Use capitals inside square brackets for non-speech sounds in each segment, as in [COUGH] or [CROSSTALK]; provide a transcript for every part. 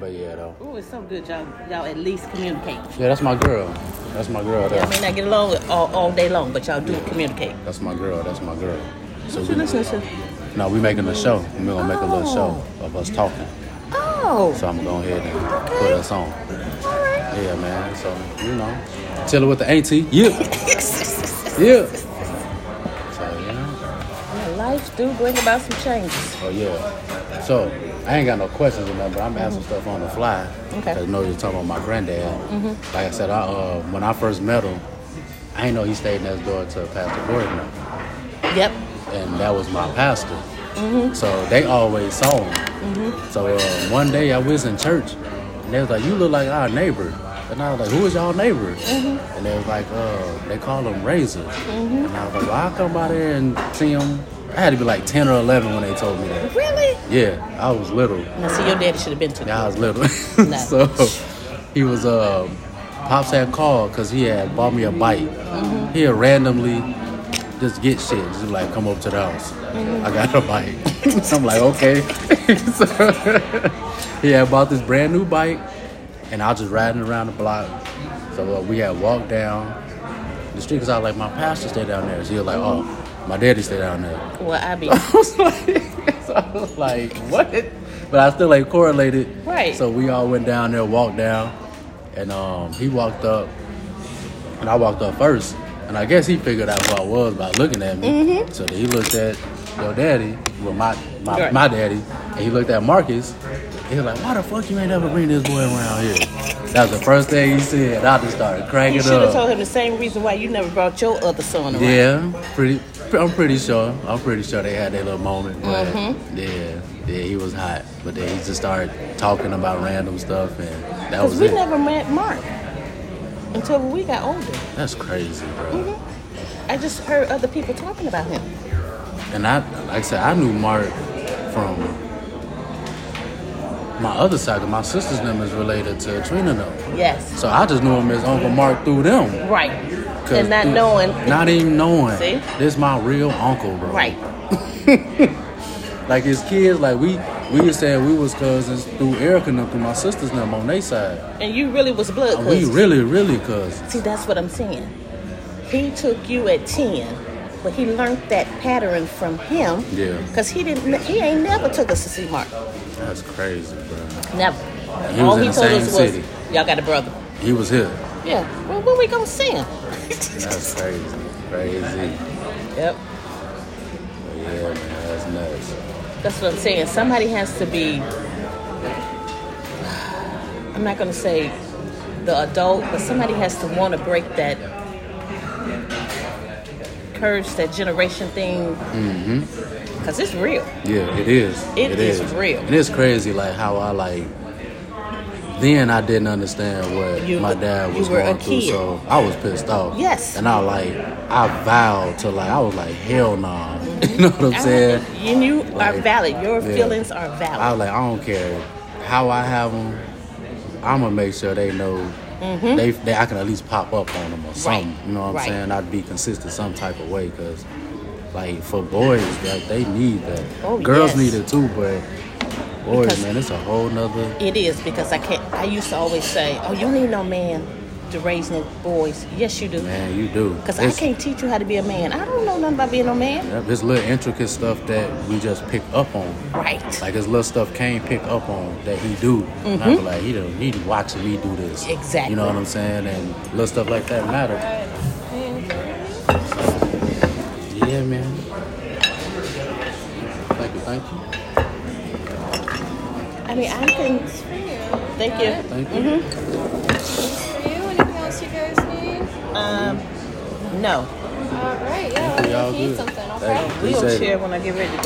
But yeah, though. Ooh, it's so good y'all y'all at least communicate. Yeah, that's my girl. That's my girl. Y'all There. may not get along all, all day long, but y'all do communicate. That's my girl. That's my girl. So What you we, listening to? no, we making a show. We're gonna make a little show of us talking. Oh, So I'm gonna go ahead and put us on. Yeah, man. So you know, chill with the auntie. Yeah, yeah. So you know, life do bring about some changes. oh yeah. So I ain't got no questions or nothing, but I'm asking stuff on the fly. Okay. Cause you know you're talking about my granddad. Like I said, I uh, when I first met him, I ain't know he stayed next door to Pastor Gordon. Yep. and that was my pastor. So they always saw him. So uh, one day I was in church, and they was like, "You look like our neighbor." And I was like, "Who is y'all neighbor?" And they was like, "Uh, they call him Razor." And I was like, "Well, I come by there and see him." I had to be like ten or eleven when they told me that. Really? Yeah, I was little. Now, see, your daddy should have been to Yeah, I was little. [LAUGHS] No. so he was uh, pops had called because he had bought me a bike. He'd randomly just get shit, just like come up to the house. I got a bike. [LAUGHS] I'm like okay. so he had bought this brand new bike, and I was just riding around the block. So uh, we had walked down the street because I was like my pastor stayed down there. So he was like, oh, my daddy stayed down there. [LAUGHS] Well, I be. I was like, so I was like, what? But I still like correlated. Right. So we all went down there, walked down, and um, he walked up, and I walked up first, and I guess he figured out who I was by looking at me. So then he looked at your daddy, well my my, Mm-hmm. Right. my daddy, and he looked at Marcus. He was like, why the fuck you ain't ever bring this boy around here? That was the first thing he said. I just started cracking You should have up. told him the same reason why you never brought your other son around. Yeah, pretty. I'm pretty sure. I'm pretty sure they had their little moment. But Mm-hmm. Yeah, yeah, he was hot, but then he just started talking about random stuff, and that Because was we it. never met Mark until we got older. That's crazy, bro. Mm-hmm. I just heard other people talking about him. And I, like I said, I knew Mark from my other side. 'cause My sister's name is related to Trina, though. Yes. So I just knew him as Uncle Mark through them. Right. 'Cause And not through- knowing. Not even knowing. See? This my real uncle, bro. Right. Like as kids, like we we was saying we was cousins through Erica and them, through my sisters and them on their side. And you really was blood And we cousins. really, really cousins. See, that's what I'm saying. He took you at 10, but he learned that pattern from him. Yeah. Because he didn't, he ain't never took us to see Mark. That's crazy, bro. Never. He was in the same city. y'all got a brother. He was here. Yeah. Well, when we going to see him? [LAUGHS] That's crazy. Crazy. yep. But yeah, man, that's nuts. That's what I'm saying. Somebody has to be. I'm not gonna say the adult, but somebody has to want to break that curse, that generation thing, Mm-hmm. because it's real. Yeah, it is. It is real. And it's crazy, like how I like. Then I didn't understand what You- my dad you was were a going through, kid. so I was pissed off. Yes. And I like, I vowed to like, I was like, hell nah. [LAUGHS] you know what I'm saying? You, you are Like, valid. Your yeah. feelings are I valid. was like, I don't care how I have them. I'm gonna make sure they know they, they I can at least pop up on them or something. You know what I'm Mm-hmm. Right. saying? I'd be consistent some type of way because, like, for boys, like they need that. Oh, Girls yes. need it too, but boys, Because- man, it's a whole nother. It is because I can't. I used to always say, "Oh, you don't need no man to raise no boys." Yes, you do. Man, you do. Because I It's- can't teach you how to be a man. I don't know nothing about being no man. Yep, it's little intricate stuff that we just pick up on. Right. Like, it's little stuff Kane pick up on that he do. And I be like, he done, he watching me do this. Mm-hmm. Exactly. You know what I'm saying? And little stuff like that matter. Yeah, man. Thank you, thank you, I mean, I can. Thank you. thank you. For you, anything else you guys need? Um, no. All right, yeah, Mm-hmm. let me know Y'all if you need good. something, Thank okay? you. Appreciate Wheelchair it. when I get ready to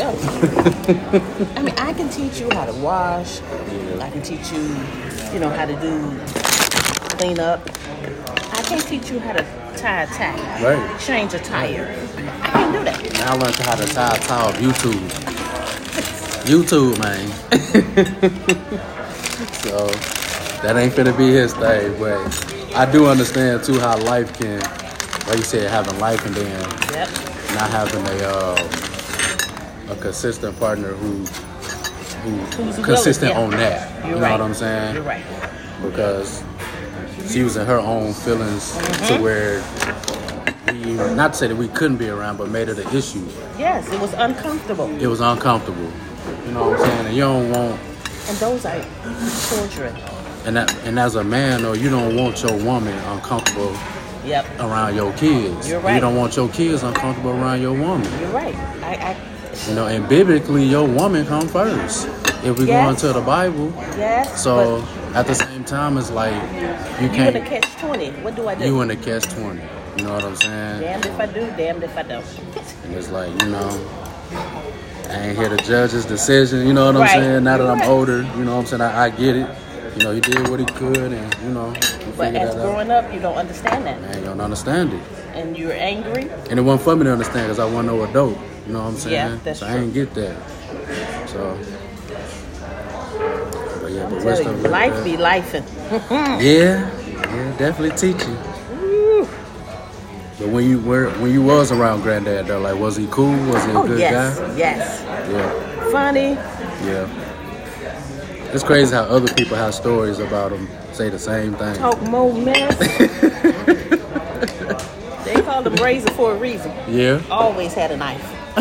[LAUGHS] go. I mean, I can teach you how to wash. I can teach you, you know, how to do clean up. I can't teach you how to tie a tie, Right. change a tire. I can't do that. Now I learned how to tie a tie off YouTube. YouTube, man. [LAUGHS] so that ain't finna be his thing, but I do understand too how life can, like you said, having life and then Yep. uh, not having a um, a consistent partner who Who's who willing, consistent yeah. on that. You're you know right. what I'm saying? You're right. Because she was in her own feelings Mm-hmm. to where we, not to say that we couldn't be around, but made it an issue. Yes, it was uncomfortable. It was uncomfortable. You know what I'm saying? And you don't want, And those are children. and that, and as a man, though, you don't want your woman uncomfortable Yep. around your kids. You're right. You don't want your kids uncomfortable around your woman. You're right. I, I You know, and biblically, your woman come first. If we go Yes. into the Bible, yes. so at the same time, it's like you but you in a can't. catch twenty. What do I do? You in the catch twenty. You know what I'm saying? damned if I do, damned if I don't. And it's like you know, I ain't here to judge his decision. You know what I'm Right. saying? Now that I'm Right. older, you know what I'm saying? I, I get it. You know, he did what he could, and you know, he But figured as that out. growing up, you don't understand that, Man, you don't understand it. and you're angry. And it wasn't for me to understand because I wasn't no adult. You know what I'm saying? Yeah, that's so I true. didn't get that. So. But yeah, but Tell you, wisdom like life that- be life, and Yeah, yeah, definitely teach you. But when you were when you was around granddad though, like was he cool? Was he a oh good yes, guy? yes, Yeah, funny. yeah. It's crazy how other people have stories about him say the same thing. Talk more [LAUGHS] mess. they call him Razor for a reason. Yeah. Always had a knife. [LAUGHS]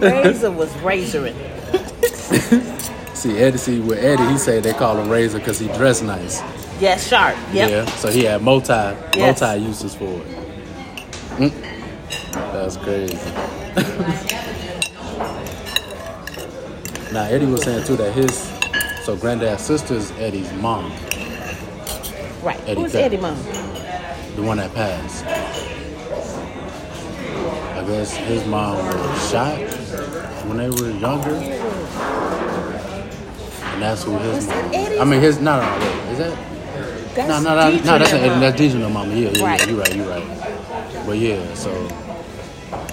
razor was razoring. See Eddie see with Eddie, he say they call him razor because he dressed nice. Yes, sharp. Yep. Yeah. So he had multi Yes. multi uses for it. Mm. That's crazy. [LAUGHS] now Eddie was saying too that his so granddad's sister is Eddie's mom, Right. Eddie Who's Pepper. Eddie Mom? the one that passed. I guess his mom was shot when they were younger. And that's who his Was that mom Eddie's I mean his no no wait, is that That's No, no, no, no, Deidre that's and not, Mom. that's digital mama. Yeah, yeah, Right. yeah. You're right, you're right. But yeah, so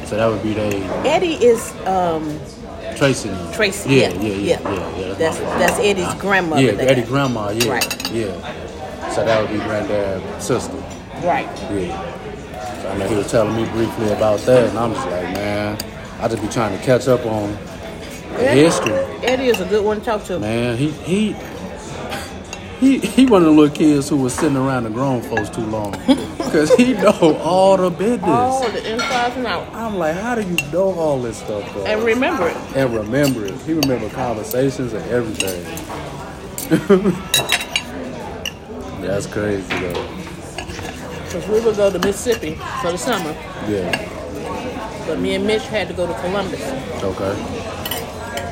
so that would be they Eddie is um, tracing them. Tracy. Yeah, yeah, yeah, yeah, yeah, yeah. that's that's that's, my fault. Eddie's grandmother. yeah, that- Eddie grandma. Yeah, Right. yeah. So that would be granddad's sister. Right. Yeah. So I know he was telling me briefly about that, and I'm just like, man, I just be trying to catch up on the history. Eddie is a good one to talk to. Man, he he he he one of the little kids who was sitting around the grown folks too [LAUGHS] long because he know all the business. All the insides and out. I'm like, how do you know all this stuff? Though? And remember it. and remember it. He remember conversations and everything. [LAUGHS] That's crazy though. Because we would go to Mississippi for the summer, Yeah. but me and Mitch had to go to Columbus. Okay.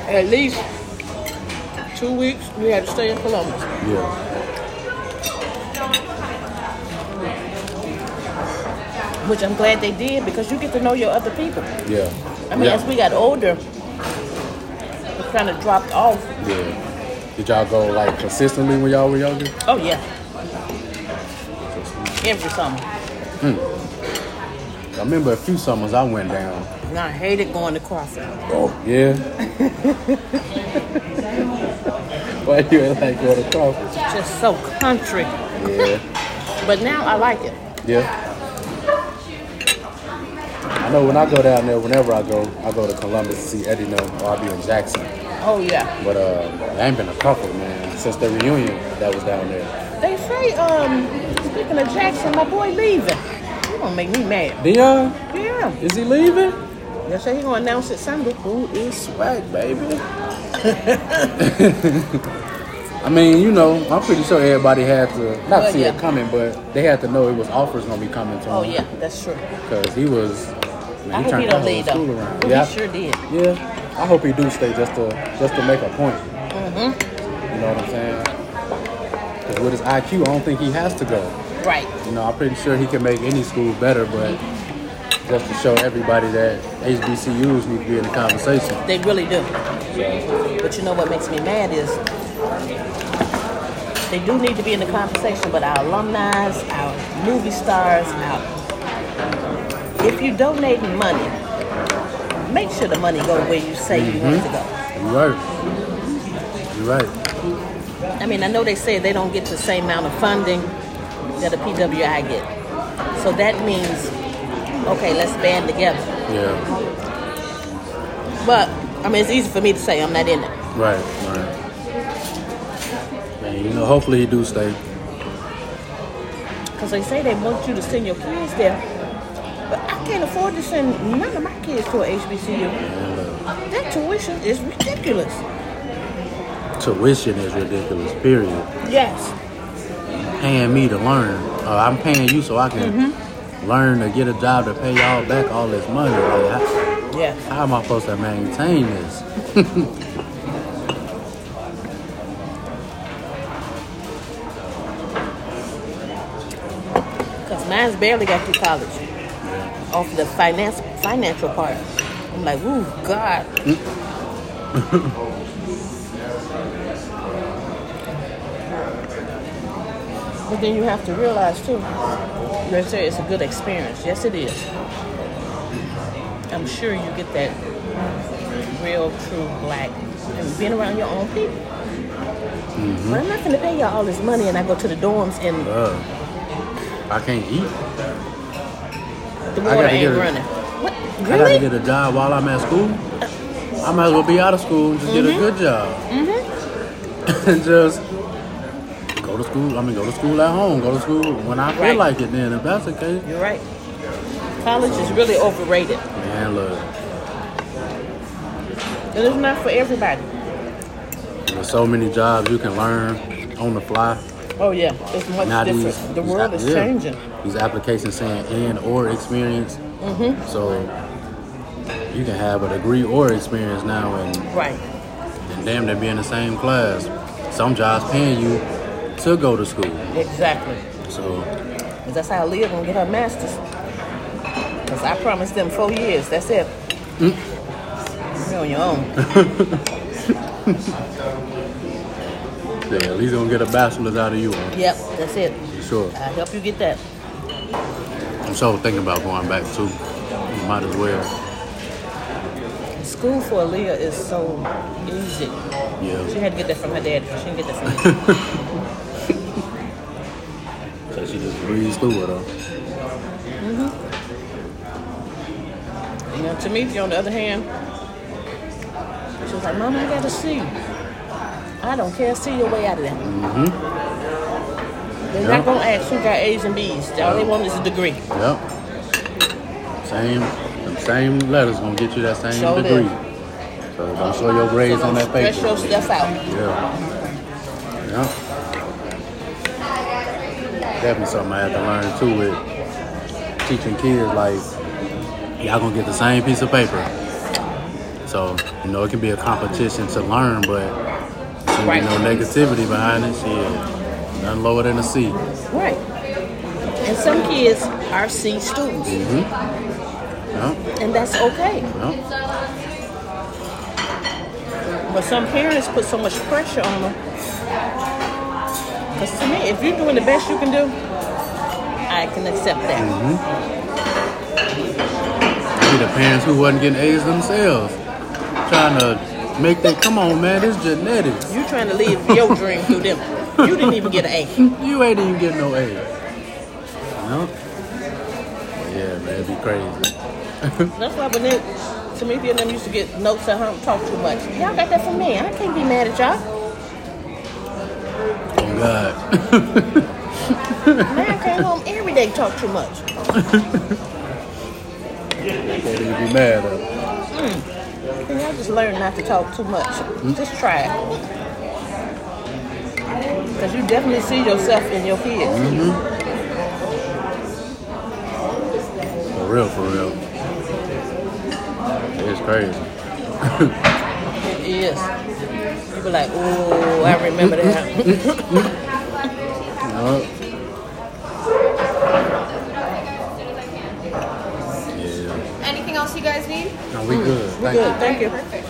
At least two weeks, we had to stay in Columbus. Yeah. Which I'm glad they did because you get to know your other people. Yeah. I mean, yeah. as we got older, it kind of dropped off. yeah. Did y'all go like consistently when y'all were younger? Oh, yeah. Every summer. I remember a few summers I went down. And I hated going to Crawford. Oh yeah. [LAUGHS] Why you ain't like go to Crawford? Just so country. Yeah. But now I like it. Yeah. I know when I go down there, whenever I go, I go to Columbus to see Eddie No, or I'll be in Jackson. Oh, yeah. But uh, I ain't been a couple, man, since the reunion that was down there. They say, um, speaking of Jackson, my boy leaving. You gonna make me mad. Dion, Yeah. is he leaving? They say he gonna announce it Sunday. Who is swag, baby? [LAUGHS] I mean, you know, I'm pretty sure everybody had to not Well, see yeah. it coming, but they had to know it was offers gonna be coming to him. Oh yeah, that's true. Because he was. I Man, he hope turned he the don't whole leave school though. around. But Yeah, He sure did. yeah. I hope he do stay just to just to make a point. Mm-hmm. You know what I'm saying? Because with his IQ, I don't think he has to go. Right. You know, I'm pretty sure he can make any school better, but just to show everybody that HBCUs need to be in the conversation. They really do. So, But you know what makes me mad is they do need to be in the conversation, but our alumni, our movie stars, our if you donate money, make sure the money go where you say you want it to go. you're right. You're right. I mean, I know they say they don't get the same amount of funding that a PWI get. So that means, okay, let's band together. Yeah. But I mean, it's easy for me to say I'm not in it. Right, right. And you know, hopefully he do stay. Because they say they want you to send your kids there. But I can't afford to send none of my kids to a HBCU. And, uh, That tuition is ridiculous. tuition is ridiculous. Period. Yes. Paying me to learn. Uh, I'm paying you so I can learn to get a job to pay y'all back all this money. Like, how, Yes. how am I supposed to maintain this? Because mine's barely got through college. Off the finance financial part. I'm like, ooh, God. but then you have to realize too, they say it's a good experience. Yes, it is. I'm sure you get that real, true black and being around your own people. But I'm not gonna pay y'all all this money and I go to the dorms and Uh, I can't eat. the gotta water get ain't a- running. What? I got to Really? get a job while I'm at school. I might as well be out of school and just Mm-hmm. get a good job. [LAUGHS] and just go to school. I mean, go to school at home. Go to school when I feel Right. like it. Then, if that's the case, You're right. College is really overrated. man, look, And it's not for everybody. there's so many jobs you can learn on the fly. Oh yeah, it's much Now different. these- the these world app- is yeah. changing. These applications saying and or experience. Mm-hmm. So you can have a degree or experience now, and, Right. and damn, they be in the same class. Some jobs paying you to go to school. Exactly. So 'Cause that's how Leah gonna get her master's. Cause I promised them four years. That's it. Mm. You're on your [LAUGHS] own. yeah, at least gonna get a bachelor's out of you. huh? yep. That's it. For Sure. I'll help you get that. I'm so thinking about going back too. Might as well. School for Leah is so easy. She Yeah. had to get that from her dad. She didn't get that from me. So she just breezed through it. Huh? You know, Tamika, on the other hand, she was like, Mama, I gotta see. I don't care. See your way out of that. They're Yeah. not gonna ask who got A's and B's. All they want is a degree. Yep. Same. Them same letters gonna get you that same Sure degree. did. So don't show your grades on that Stress your paper. stuff out. Yeah. Yeah. Definitely something I had to learn too with teaching kids like y'all gonna get the same piece of paper. So, you know, it can be a competition to learn, but you Right. know, negativity behind it, shit. Nothing lower than a C. Right. And some kids are C students, Yeah, and that's okay. yeah. But some parents put so much pressure on them. Because to me, if you're doing the best you can do, I can accept that. Be the parents who wasn't getting A's themselves. Trying to make that come on man, it's genetics. You trying to live your dream through them. You didn't even get an A. You ain't even getting no A's. No? Yeah, man, it'd be crazy. That's why when they, Tamithia and them used to get notes at home, talk too much. Y'all got that from me. I can't be mad at y'all. Oh God. [LAUGHS] Man came home every day talk too much. Can't even be mad at it. And y'all just learn not to talk too much. Just try it. Because you definitely see yourself in your kids. For real, for real. It's crazy. It is. You be like, ooh, I remember that. Yup. Yeah. Anything else you guys need? Uh, No, we good. We Thank good. you. Thank you. Perfect.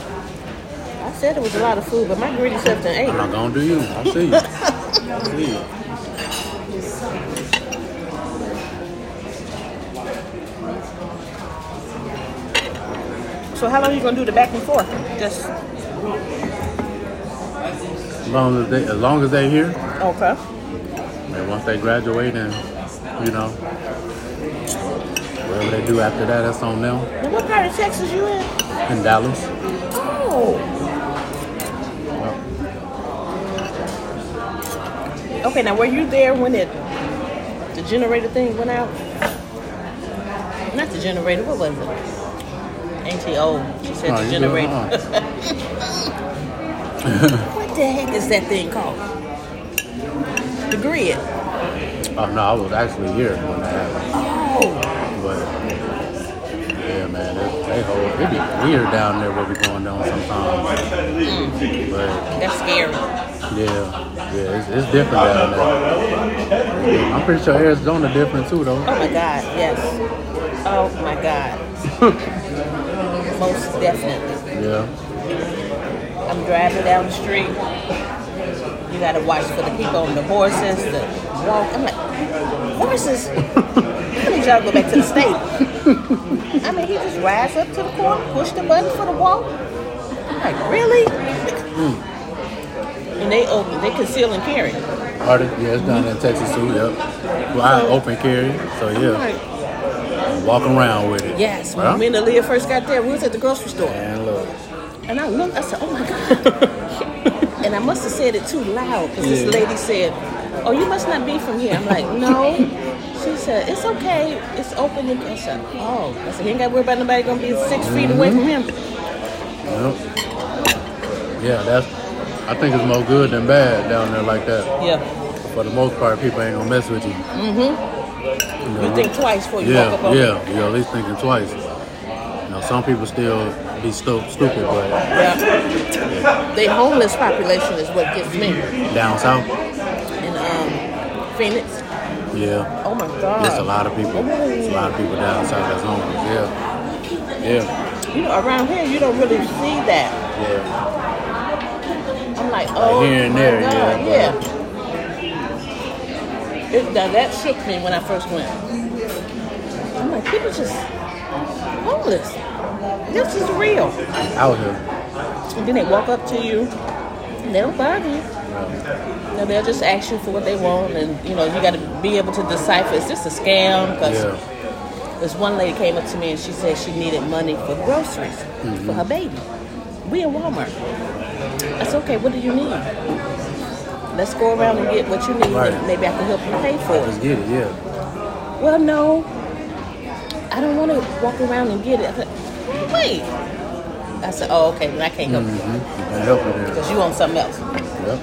I said it was a lot of food, but my greedy self done ate. I'm not gonna do you. I see you. I see you. So how long you gonna do the back and forth? Just As long as they, as long as they here, okay. and once they graduate, and you know, whatever they do after that, that's on them. And what part of Texas you in? In Dallas, Oh, Oh. Okay, now were you there when it the generator thing went out? Not the generator. What was it? Ain't she old? She said No, the you good, generator. uh-uh. [LAUGHS] What the heck is that thing called? The grid. Oh no, I was actually here when that happened. Oh, But yeah, man, it, they hold it be weird down there what be going down sometimes. But that's scary. Oh yeah, yeah, it's, it's different down there. I'm pretty sure Arizona different too though. Oh my God, yes. Oh my God. Most definitely. Yeah, I'm driving down the street. You gotta watch for the people on the horses, the walk. I'm like, horses? How did y'all go back to the state? I mean, he just rides up to the corner, push the button for the walk. I'm like, really? And they open, they conceal and carry. Or the- yeah, it's down there in Texas too. Yep. Well, I open carry, so I'm yeah, like, walk around with it. Yes, when Well, me and Aaliyah first got there, we was at the grocery store. and look, And I looked, I said, oh my [LAUGHS] God. and I must have said it too loud because Yeah. this lady said, oh, you must not be from here. I'm like, no. She said, it's okay. It's open. And I said, oh. I said, you ain't got to worry about nobody going to be 6 feet away from him. yep. yeah, that's. I think it's more good than bad down there like that. Yeah. For the most part, people ain't gonna mess with you. You think twice before you Yeah, walk up on him. yeah, you're at least thinking twice. You know, some people still be stu- stupid, but Yeah. The homeless population is what gets me. down south, And um, Phoenix, yeah, oh my God. it's a lot of people. It's a lot of people down south that's homeless. Yeah, yeah, You know, around here, you don't really see that. yeah. I'm like, oh, here and my there, God, yeah, yeah. It, now that shook me when I first went. I'm like, people just homeless. This is real. Out here, And then they walk up to you, and they don't bother you. No, they'll just ask you for what they want, and you know you got to be able to decipher is this a scam? Because yeah, this one lady came up to me and she said she needed money for groceries for her baby. We in Walmart. I said, okay, what do you need? Let's go around and get what you need. Right. and Maybe I can help you pay for let's it. get it. Yeah, Well, no, I don't want to walk around and get it. I said, "Well, wait. I said, oh, okay, then I can't help you hmm you can help it there. because you want something else. Yep.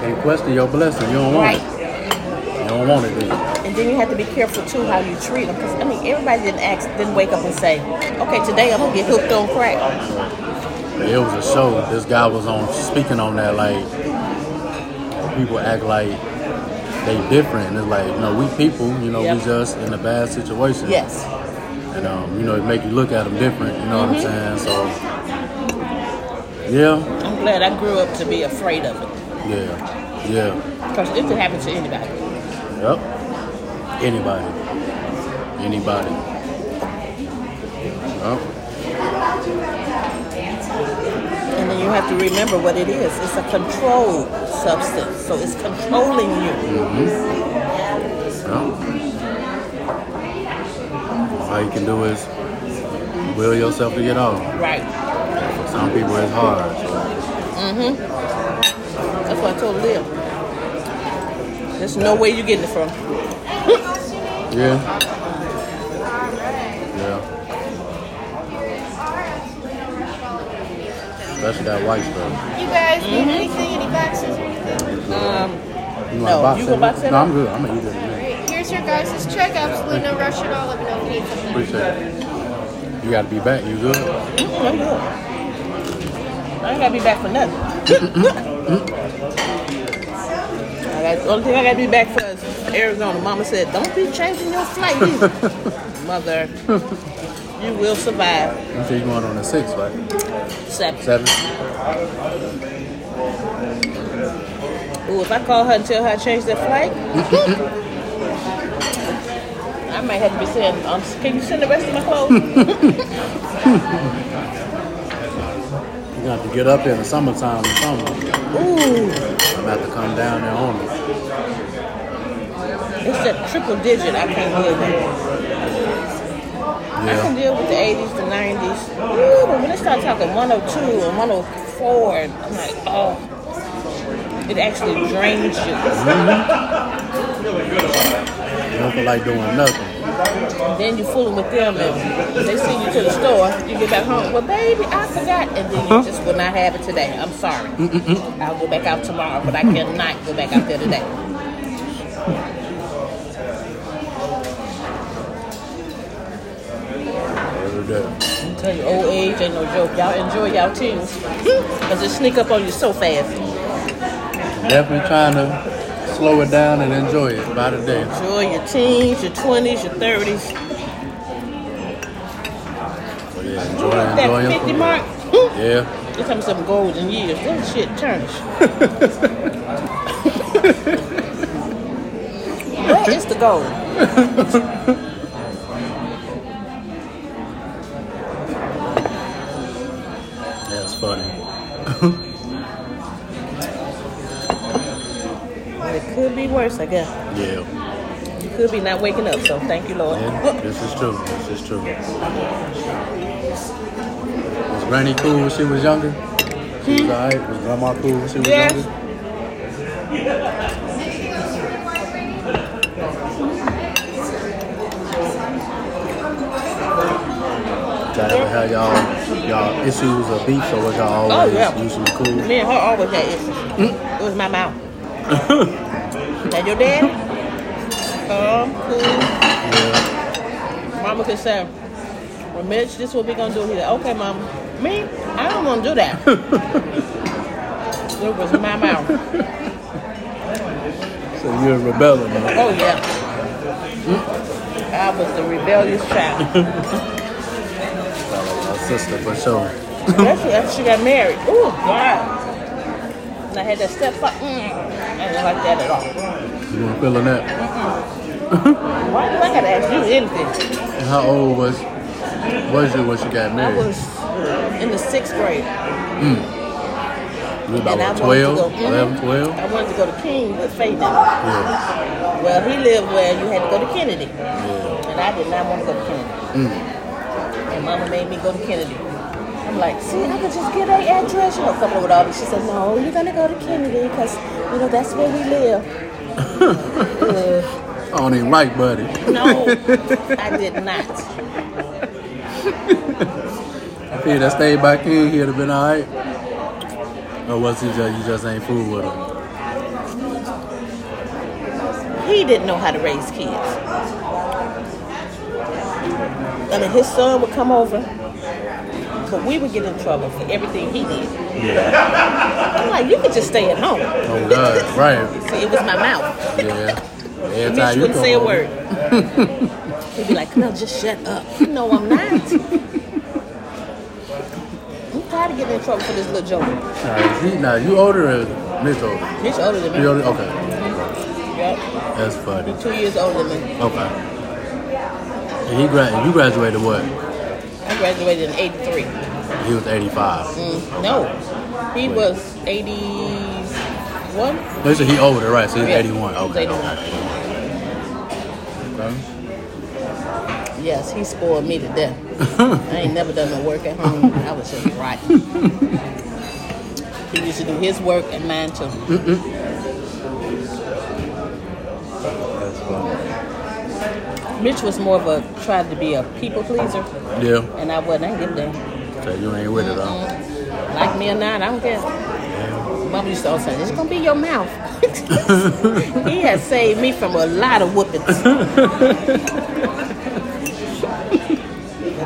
Can't question your blessing. You don't want it. You don't want it. Do you? And then you have to be careful too how you treat them because I mean everybody didn't ask, didn't wake up and say, okay, today I'm gonna get hooked on crack. It was a show. This guy was on speaking on that like people act like they different. And it's like, you know, we people, you know, Yep. we just in a bad situation. Yes. And um, you know, it make you look at them different, you know what I'm saying? Mm-hmm. So Yeah, I'm glad I grew up to be afraid of it. yeah, yeah. Because it could happen to anybody. Yep. Anybody. Anybody. Yep. And then you have to remember what it is. It's a controlled substance. So it's controlling you. Yep. All you can do is will yourself to get off. Right. Some people it's hard. That's what I told Lil. There's no way you're getting it from. Yeah. Yeah. Especially that white stuff. You guys need anything? Any boxes or anything? Um, You No, want you to gonna box it No, up? I'm good. I'm gonna eat it. man. Great. Here's your guys' check. Absolutely no rush at all. Let me know if you need something. Appreciate it. You gotta be back. You good? Mm-mm, I'm good. I ain't gotta be back for nothing. I got, only thing I gotta be back for is Arizona. Mama said, don't be changing your flight either. Mother, you will survive. You say you going on a six, right? Seven. Seven? Ooh, if I call her and tell her I changed that flight, I might have to be saying, um, can you send the rest of my clothes? You gonna have to get up there in the summertime or something. Ooh, I'm gonna have to come down there on it. it's that triple digit. I can't live with. I can Yeah. deal with the 80s, the 90s. Ooh, but when they start talking 102 and 104, and I'm like, oh, it actually drains you. You don't feel like doing nothing. Then you fooling with them, and they send you to the store. You get back home. Well, baby, I forgot, and then you just will not have it today. I'm sorry. I'll go back out tomorrow, but I cannot go back out there today. Every day. I tell you, old age ain't no joke. Y'all enjoy y'all teens, cause it sneak up on you so fast. Definitely trying to slow it down and enjoy it by the day. Enjoy your teens, your 20s, your 30s. So yeah, enjoy, enjoy That it. 50 mark. Hmm? Yeah. It's time some golden years. That shit turns. Where is the gold? That's funny. It could be worse, I guess. Yeah. It could be not waking up, so thank you, Lord. yeah. This is true. This is true. Was Granny cool when she was younger? She was alright. Was Grandma cool when she was Yes. younger? Y'all ever have y'all y'all issues or beefs or was y'all Oh, always yeah. usually cool? Me and her always had issues. It was my mouth. that your dad? Um, cool. Yeah. Mama could say, well, Mitch, this is what we gonna do. He's like, okay, Mama. Me? I don't wanna do that. it was my mouth. So you're rebelling, huh? Oh yeah. I was the rebellious child. My sister for sure. Especially after she got married. Oh God. And I had that step up. Mm, I didn't like that at all. You weren't feeling that. Why do I gotta ask you anything? And how old was was you when she got I married? was in the sixth grade. you were about and I what, wanted 12, to go. Mm-hmm. 11, 12? I wanted to go to King with Faith. Well, Yeah. he lived where you had to go to Kennedy. Yeah. And I did not want to go to Kennedy. Mm. And mama made me go to Kennedy. I'm like, see, I could just get a address, you know, coming up with all this. She said, no, you're going to go to Kennedy because, you know, that's where we [LAUGHS] live. I don't even like buddy. No, I did not. If he'd have stayed back in, he'd have been alright. Or was he just you just ain't fool with him? He didn't know how to raise kids. I mean, his son would come over, but we would get in trouble for everything he did. Yeah. I'm like, you could just stay at home. Oh [LAUGHS] God. Right. See, it was my mouth. Yeah. Every Mitch time you wouldn't come say a over, word. He'd be like, no, just shut up. No, [LAUGHS] I'm not. I'm tired of getting in trouble for this little joke. Nah, is he, nah, you older or Mitch older? Mitch older than me. You older? Okay. Yep. That's funny. Two years older than me. Okay. And he gra- you graduated what? I graduated in 83. He was 85. Mm, no, he was 81. They said he older, right? So he's Yeah. 81. Okay, He's okay. Okay. Yes, he spoiled me to death. [LAUGHS] I ain't never done no work at home. I was just rotten. he used to do his work and mine too. That's funny. Mitch was more of a tried to be a people pleaser, Yeah. and I wasn't. I didn't give a damn. So you ain't with it, huh? Mm-mm. Like me or not, I don't care. Mama used to always say, "It's gonna be your mouth." [LAUGHS] he has saved me from a lot of whoopings. but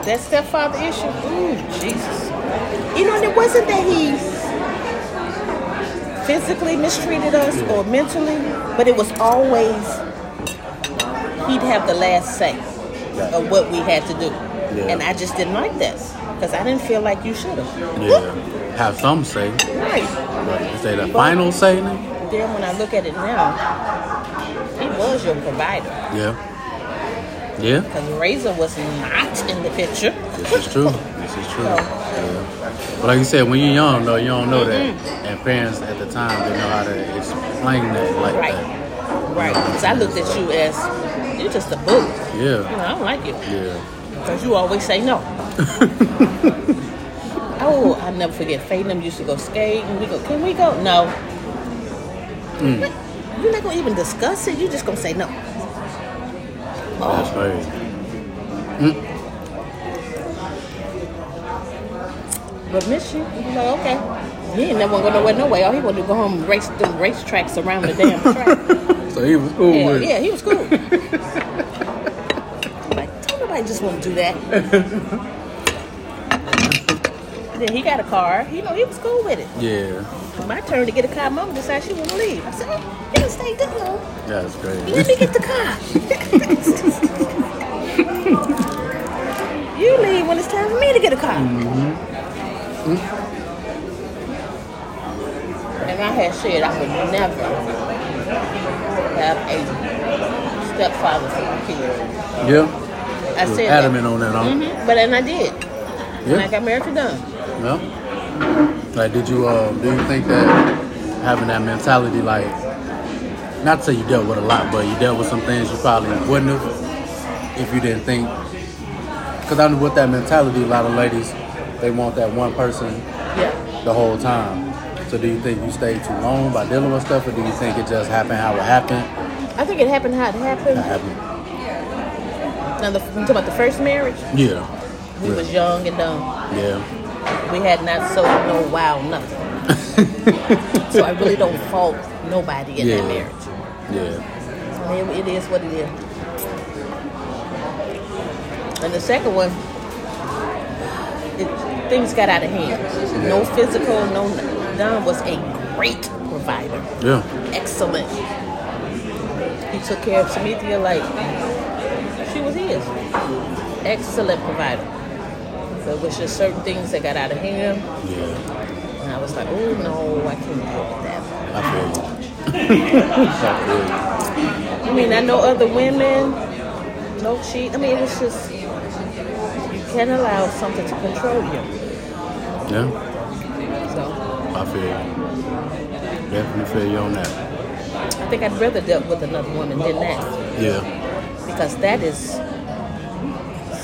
that stepfather issue, ooh, Jesus. You know, and it wasn't that he physically mistreated us or mentally, but it was always he'd have the last say of what we had to do. Yeah. And I just didn't like that because I didn't feel like you should have. Yeah. Have some say. Right. But is they the final say? now? Then when I look at it now, he was your provider Yeah. Yeah. because Razor was not in the picture. This is true. This is true. Yeah. But like you said, when you're young, though, you don't know that. Mm-hmm. And parents at the time didn't know how to explain that like Right. that. Right. Because I looked at you as, you're just a boo. Yeah. You know, I don't like you. Yeah. Because you always say no. oh, I never forget. Faye and them used to go skate, and we go, "Can we go?" No. You're not gonna even discuss it. You're just gonna say no. That's crazy. But miss you. You like, okay. He ain't never gonna go nowhere, no way. All he wanted to go home and race them racetracks around the damn track. So he was cool yeah, with it. yeah, he was cool. like, don't nobody just wanna do that. then he got a car. You know, he was cool with it. Yeah, My turn to get a car. Mom decided she wanna leave. I said, oh, you don't stay too long. that's crazy. Let me get the car. you leave when it's time for me to get a car. Mm-hmm. And I had said I would never have a stepfather for my kids. [LAUGHS] Yeah, I was said adamant that. on that. Huh? Mhm. But then I did. And I Yeah, got married to Don. yeah. Like, did you uh, do you think that having that mentality, like, not to say you dealt with a lot, but you dealt with some things you probably wouldn't have if you didn't think. Because I know with that mentality, a lot of ladies they want that one person Yeah. the whole time. So do you think you stayed too long by dealing with stuff, or do you think it just happened how it happened? I think it happened how it It happened. happened. Now, the, you talking about the first marriage? Yeah. We was young and dumb. Yeah. We had not sold no wow nothing. so I really don't fault nobody in Yeah. that marriage. Yeah. I mean, it is what it is. And the second one, it, things got out of hand. No physical, no. n- Don was a great provider, Yeah. excellent. He took care of Samithia like she was his. Excellent provider. But it was just certain things that got out of hand. Yeah. And I was like, oh no, I can't deal with that. I feel you. [LAUGHS] I I mean, I know other women, no cheat. I mean, it was just, you can't allow something to control you. feel you. Yeah. So I feel you. Definitely feel you on that. I think I'd rather dealt with another woman than that Yeah. because that is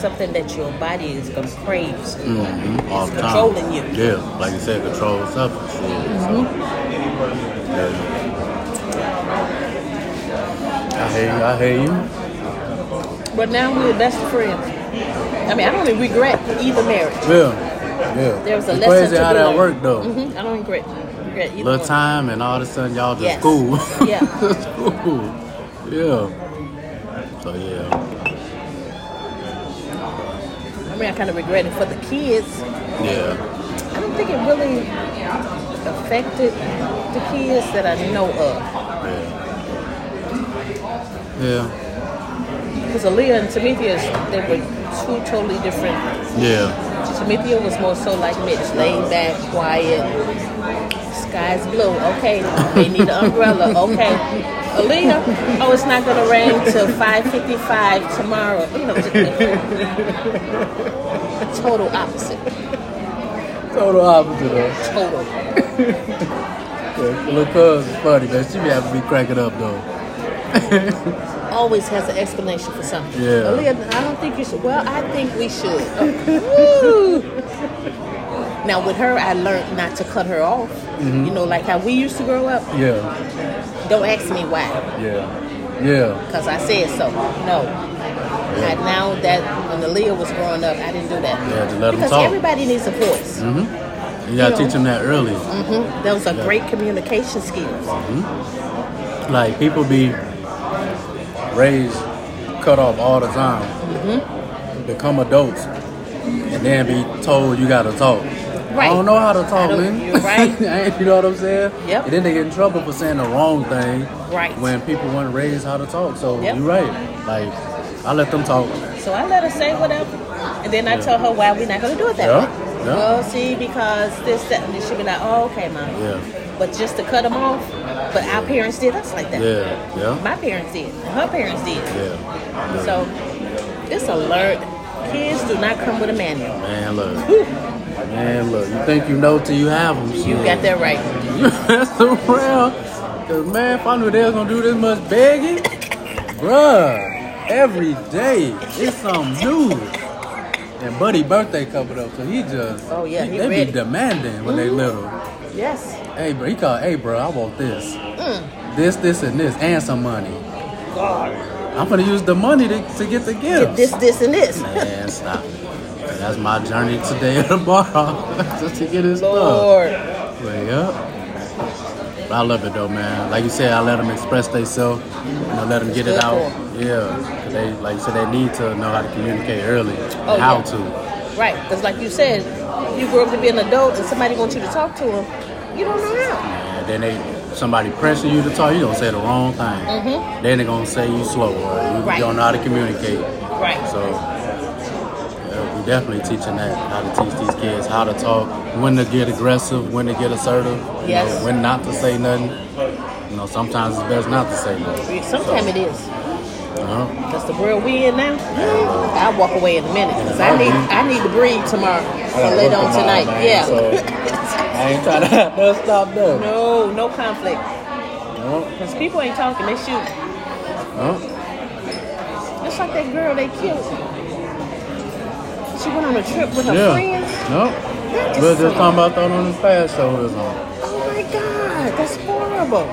something that your body is going to crave. Mm-hmm. All It's the time. controlling you. Yeah. Like you said, control substance. Yeah. So. Mm-hmm. Yeah. I hear you. I hear you. But now we're best friends. I mean, I don't even regret either marriage. Yeah. Yeah. There was a it's lesson crazy to how be that learned. worked though. hmm I don't regret, regret either little one. time, and all of a sudden y'all just Yes. cool. [LAUGHS] Yeah. Just cool. Yeah. So yeah, I mean, I kind of regret it for the kids. yeah, I don't think it really affected the kids that I know of. yeah, yeah, Because Aaliyah and Tamithia, they were two totally different. yeah. Tamithia was more so like Mitch, laid back, quiet. Sky's blue. Okay, they need an umbrella. Okay, Aaliyah. Oh, it's not gonna rain till 5:55 tomorrow. You know, just- total opposite. Total opposite. Though. Total. Yeah, uh, little cuz is funny, man. She be having me cracking up though. always has an explanation for something. Yeah. Aaliyah, I don't think you should. Well, I think we should. Oh, woo. now with her, I learned not to cut her off. Mm-hmm. You know, like how we used to grow up. Yeah, Don't ask me why, yeah, yeah, because I said so. No. Yeah. Now, now that when Aaliyah was growing up, I didn't do that. Yeah, to let 'em because talk. everybody needs a voice. You gotta Yeah. teach them that early. Mm-hmm. Mhm. Those are great communication skills. Like people be raised cut off all the time. Become adults and then be told you gotta talk. I Right. don't know how to I talk, don't- man. you're right. [LAUGHS] I ain't- you know what I'm saying? Yep. And then they get in trouble for saying the wrong thing. Right. When people weren't raised how to talk. So Yep. you're right. Like I let them talk. So I let her say whatever, and then I Yeah. tell her why we're not gonna do it that Yeah, way. yeah. Well, see, because this, that, and then she be like, "Oh, okay, mom." Yeah. But just to cut them off, but our parents did us like that. Yeah. Yeah. My parents did. and Her parents did. Yeah. Look, So it's a learn. Kids do not come with a manual. man, look. Man, look. You think you know till you have them. You got that right. [LAUGHS] That's the real. Cause man, if I knew they was gonna do this much [LAUGHS] begging, bruh, every day it's something new. And Buddy birthday coming up, so he just Oh, yeah, he they ready. be demanding when they little. Yes. Hey bro, he called. Hey bro, I want this, Mm. this, this, and this, and some money. I'm gonna use the money to, to get the gifts. This, this, and this. Man, stop it. That's my journey today and tomorrow, [LAUGHS] just to get his love. Lord. But yeah, but I love it though, man. Like you said, I let them express themselves and I let them get it good out. for Yeah, 'Cause they like you said, they need to know how to communicate early, Oh, and how yeah. to. Right, because like you said, you grew up to be an adult and somebody wants you to talk to them, you don't know how. And then they somebody pressure you to talk, you gonna say the wrong thing. Then they gonna say you slow or you Mm-hmm. Right. don't know how to communicate. Right. So yeah, we definitely teaching that how to teach these kids how to talk, when to get aggressive, when to get assertive, you Yes. know, when not to say nothing. You know, sometimes it's best not to say nothing. Sometimes it is. Uh-huh. That's the world we in now. [GASPS] I walk away in a minute because I need I need to breathe tomorrow or gotta later work on tomorrow, tonight. man, yeah. I ain't trying to [LAUGHS] don't stop them. no, no conflict No. because people ain't talking. They shoot. no. It's like that girl they killed. She went on a trip with her friends. Yeah. No. That We're just just talking about throwing on his fast shoulders on. oh my god, that's horrible.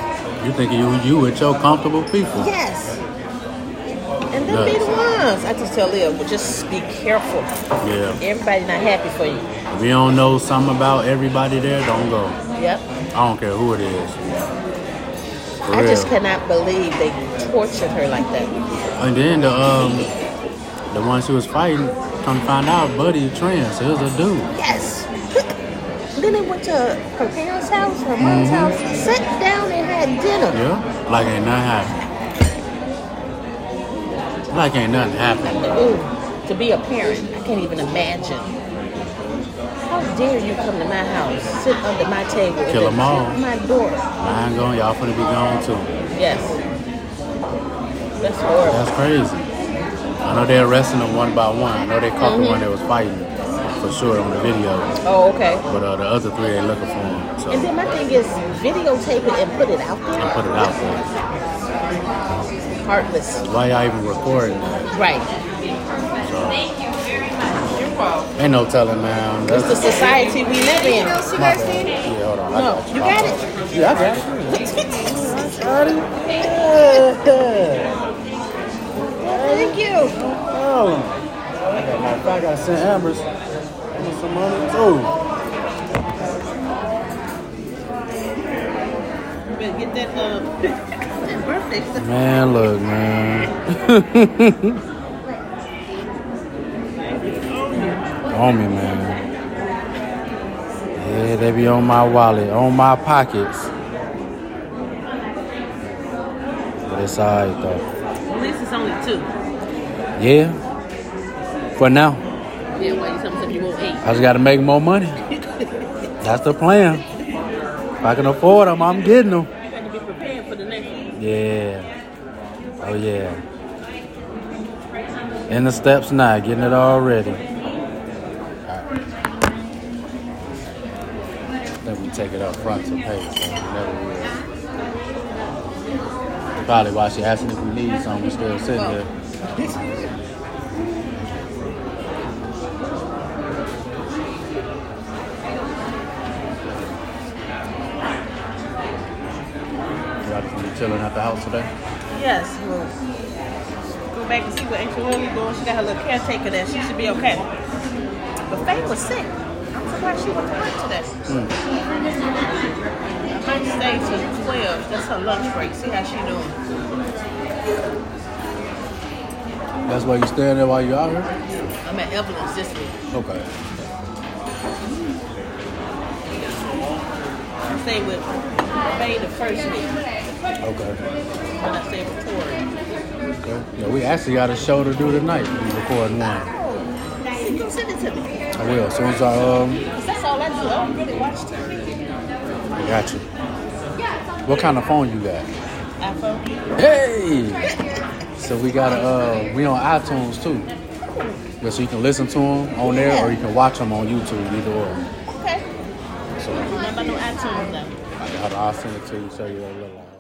You think you you with your comfortable people. Yes. And them Nuts. be the ones. I just tell Lil, well, just be careful. Yeah. Everybody not happy for you. If you don't know something about everybody there, don't go. Yep. I don't care who it is. For I just real. cannot believe they tortured her like that. And then the um the one she was fighting, come find out, buddy trans. It was a dude. Yes. then they went to her parents' house, her Mm-hmm. mom's house, sat down and had dinner. Yeah. Like ain't nothing happened. Like ain't nothing happened. Ooh, to be a parent, I can't even imagine. How dare you come to my house, sit under my table, and Kill 'em then all. my daughter? I ain't going, y'all finna be gone too. Yes. That's horrible. That's crazy. I know they're arresting them one by one. I know they caught Mm-hmm. the one that was fighting for sure on the video. Oh, okay. But uh, the other three they looking for him. So And then my thing is videotape it and put it out I there. put it out there. Heartless. Why y'all even recording that? Right. Ain't no telling man. It's the That's society we live Anything in. else you guys need? yeah, hold on. I No, you got it. Yeah, I got it. Thank you. Oh, I got my I got St. Amber's. I want some money too. Better get that, uh, [LAUGHS] that birthday stuff. Man, look, man. [LAUGHS] on me, man. Yeah, they be on my wallet, on my pockets. But it's alright though. At least it's only two. Yeah. For now, Yeah, why you something you won't eat? I just gotta make more money. That's the plan. If I can afford them, I'm getting them. You got to be prepared for the next one. Yeah. Oh yeah. In the steps now, getting it all ready. Then we take it up front to pay. so we never will. Probably why she asking if we need something, we still sitting there. Y'all just be chilling at the house today. Yes, we'll go back and see what Auntie Willie doing. She got her little caretaker there. She should be okay. But Faye was sick. I'm surprised she went to work today. I might stay till 12. That's her lunch break. See how she doing. That's why you staying there while you out here? I'm at Evelyn's this week. Okay. I stayed with Faye the first week. Okay. When I stayed with Tori. Okay. Yeah, we actually got a show to do tonight. We recording one. Oh, see, you send it to me. I will. As soon as I um 'Cause that's all I do. I don't really watch TV. I got you. What kind of phone you got? iPhone. Hey! So we got a, uh, we on iTunes too. Yeah, so you can listen to them on there or you can watch them on YouTube, either or. Okay. So Not about no iTunes now. I- I'll send it to you, show you a little.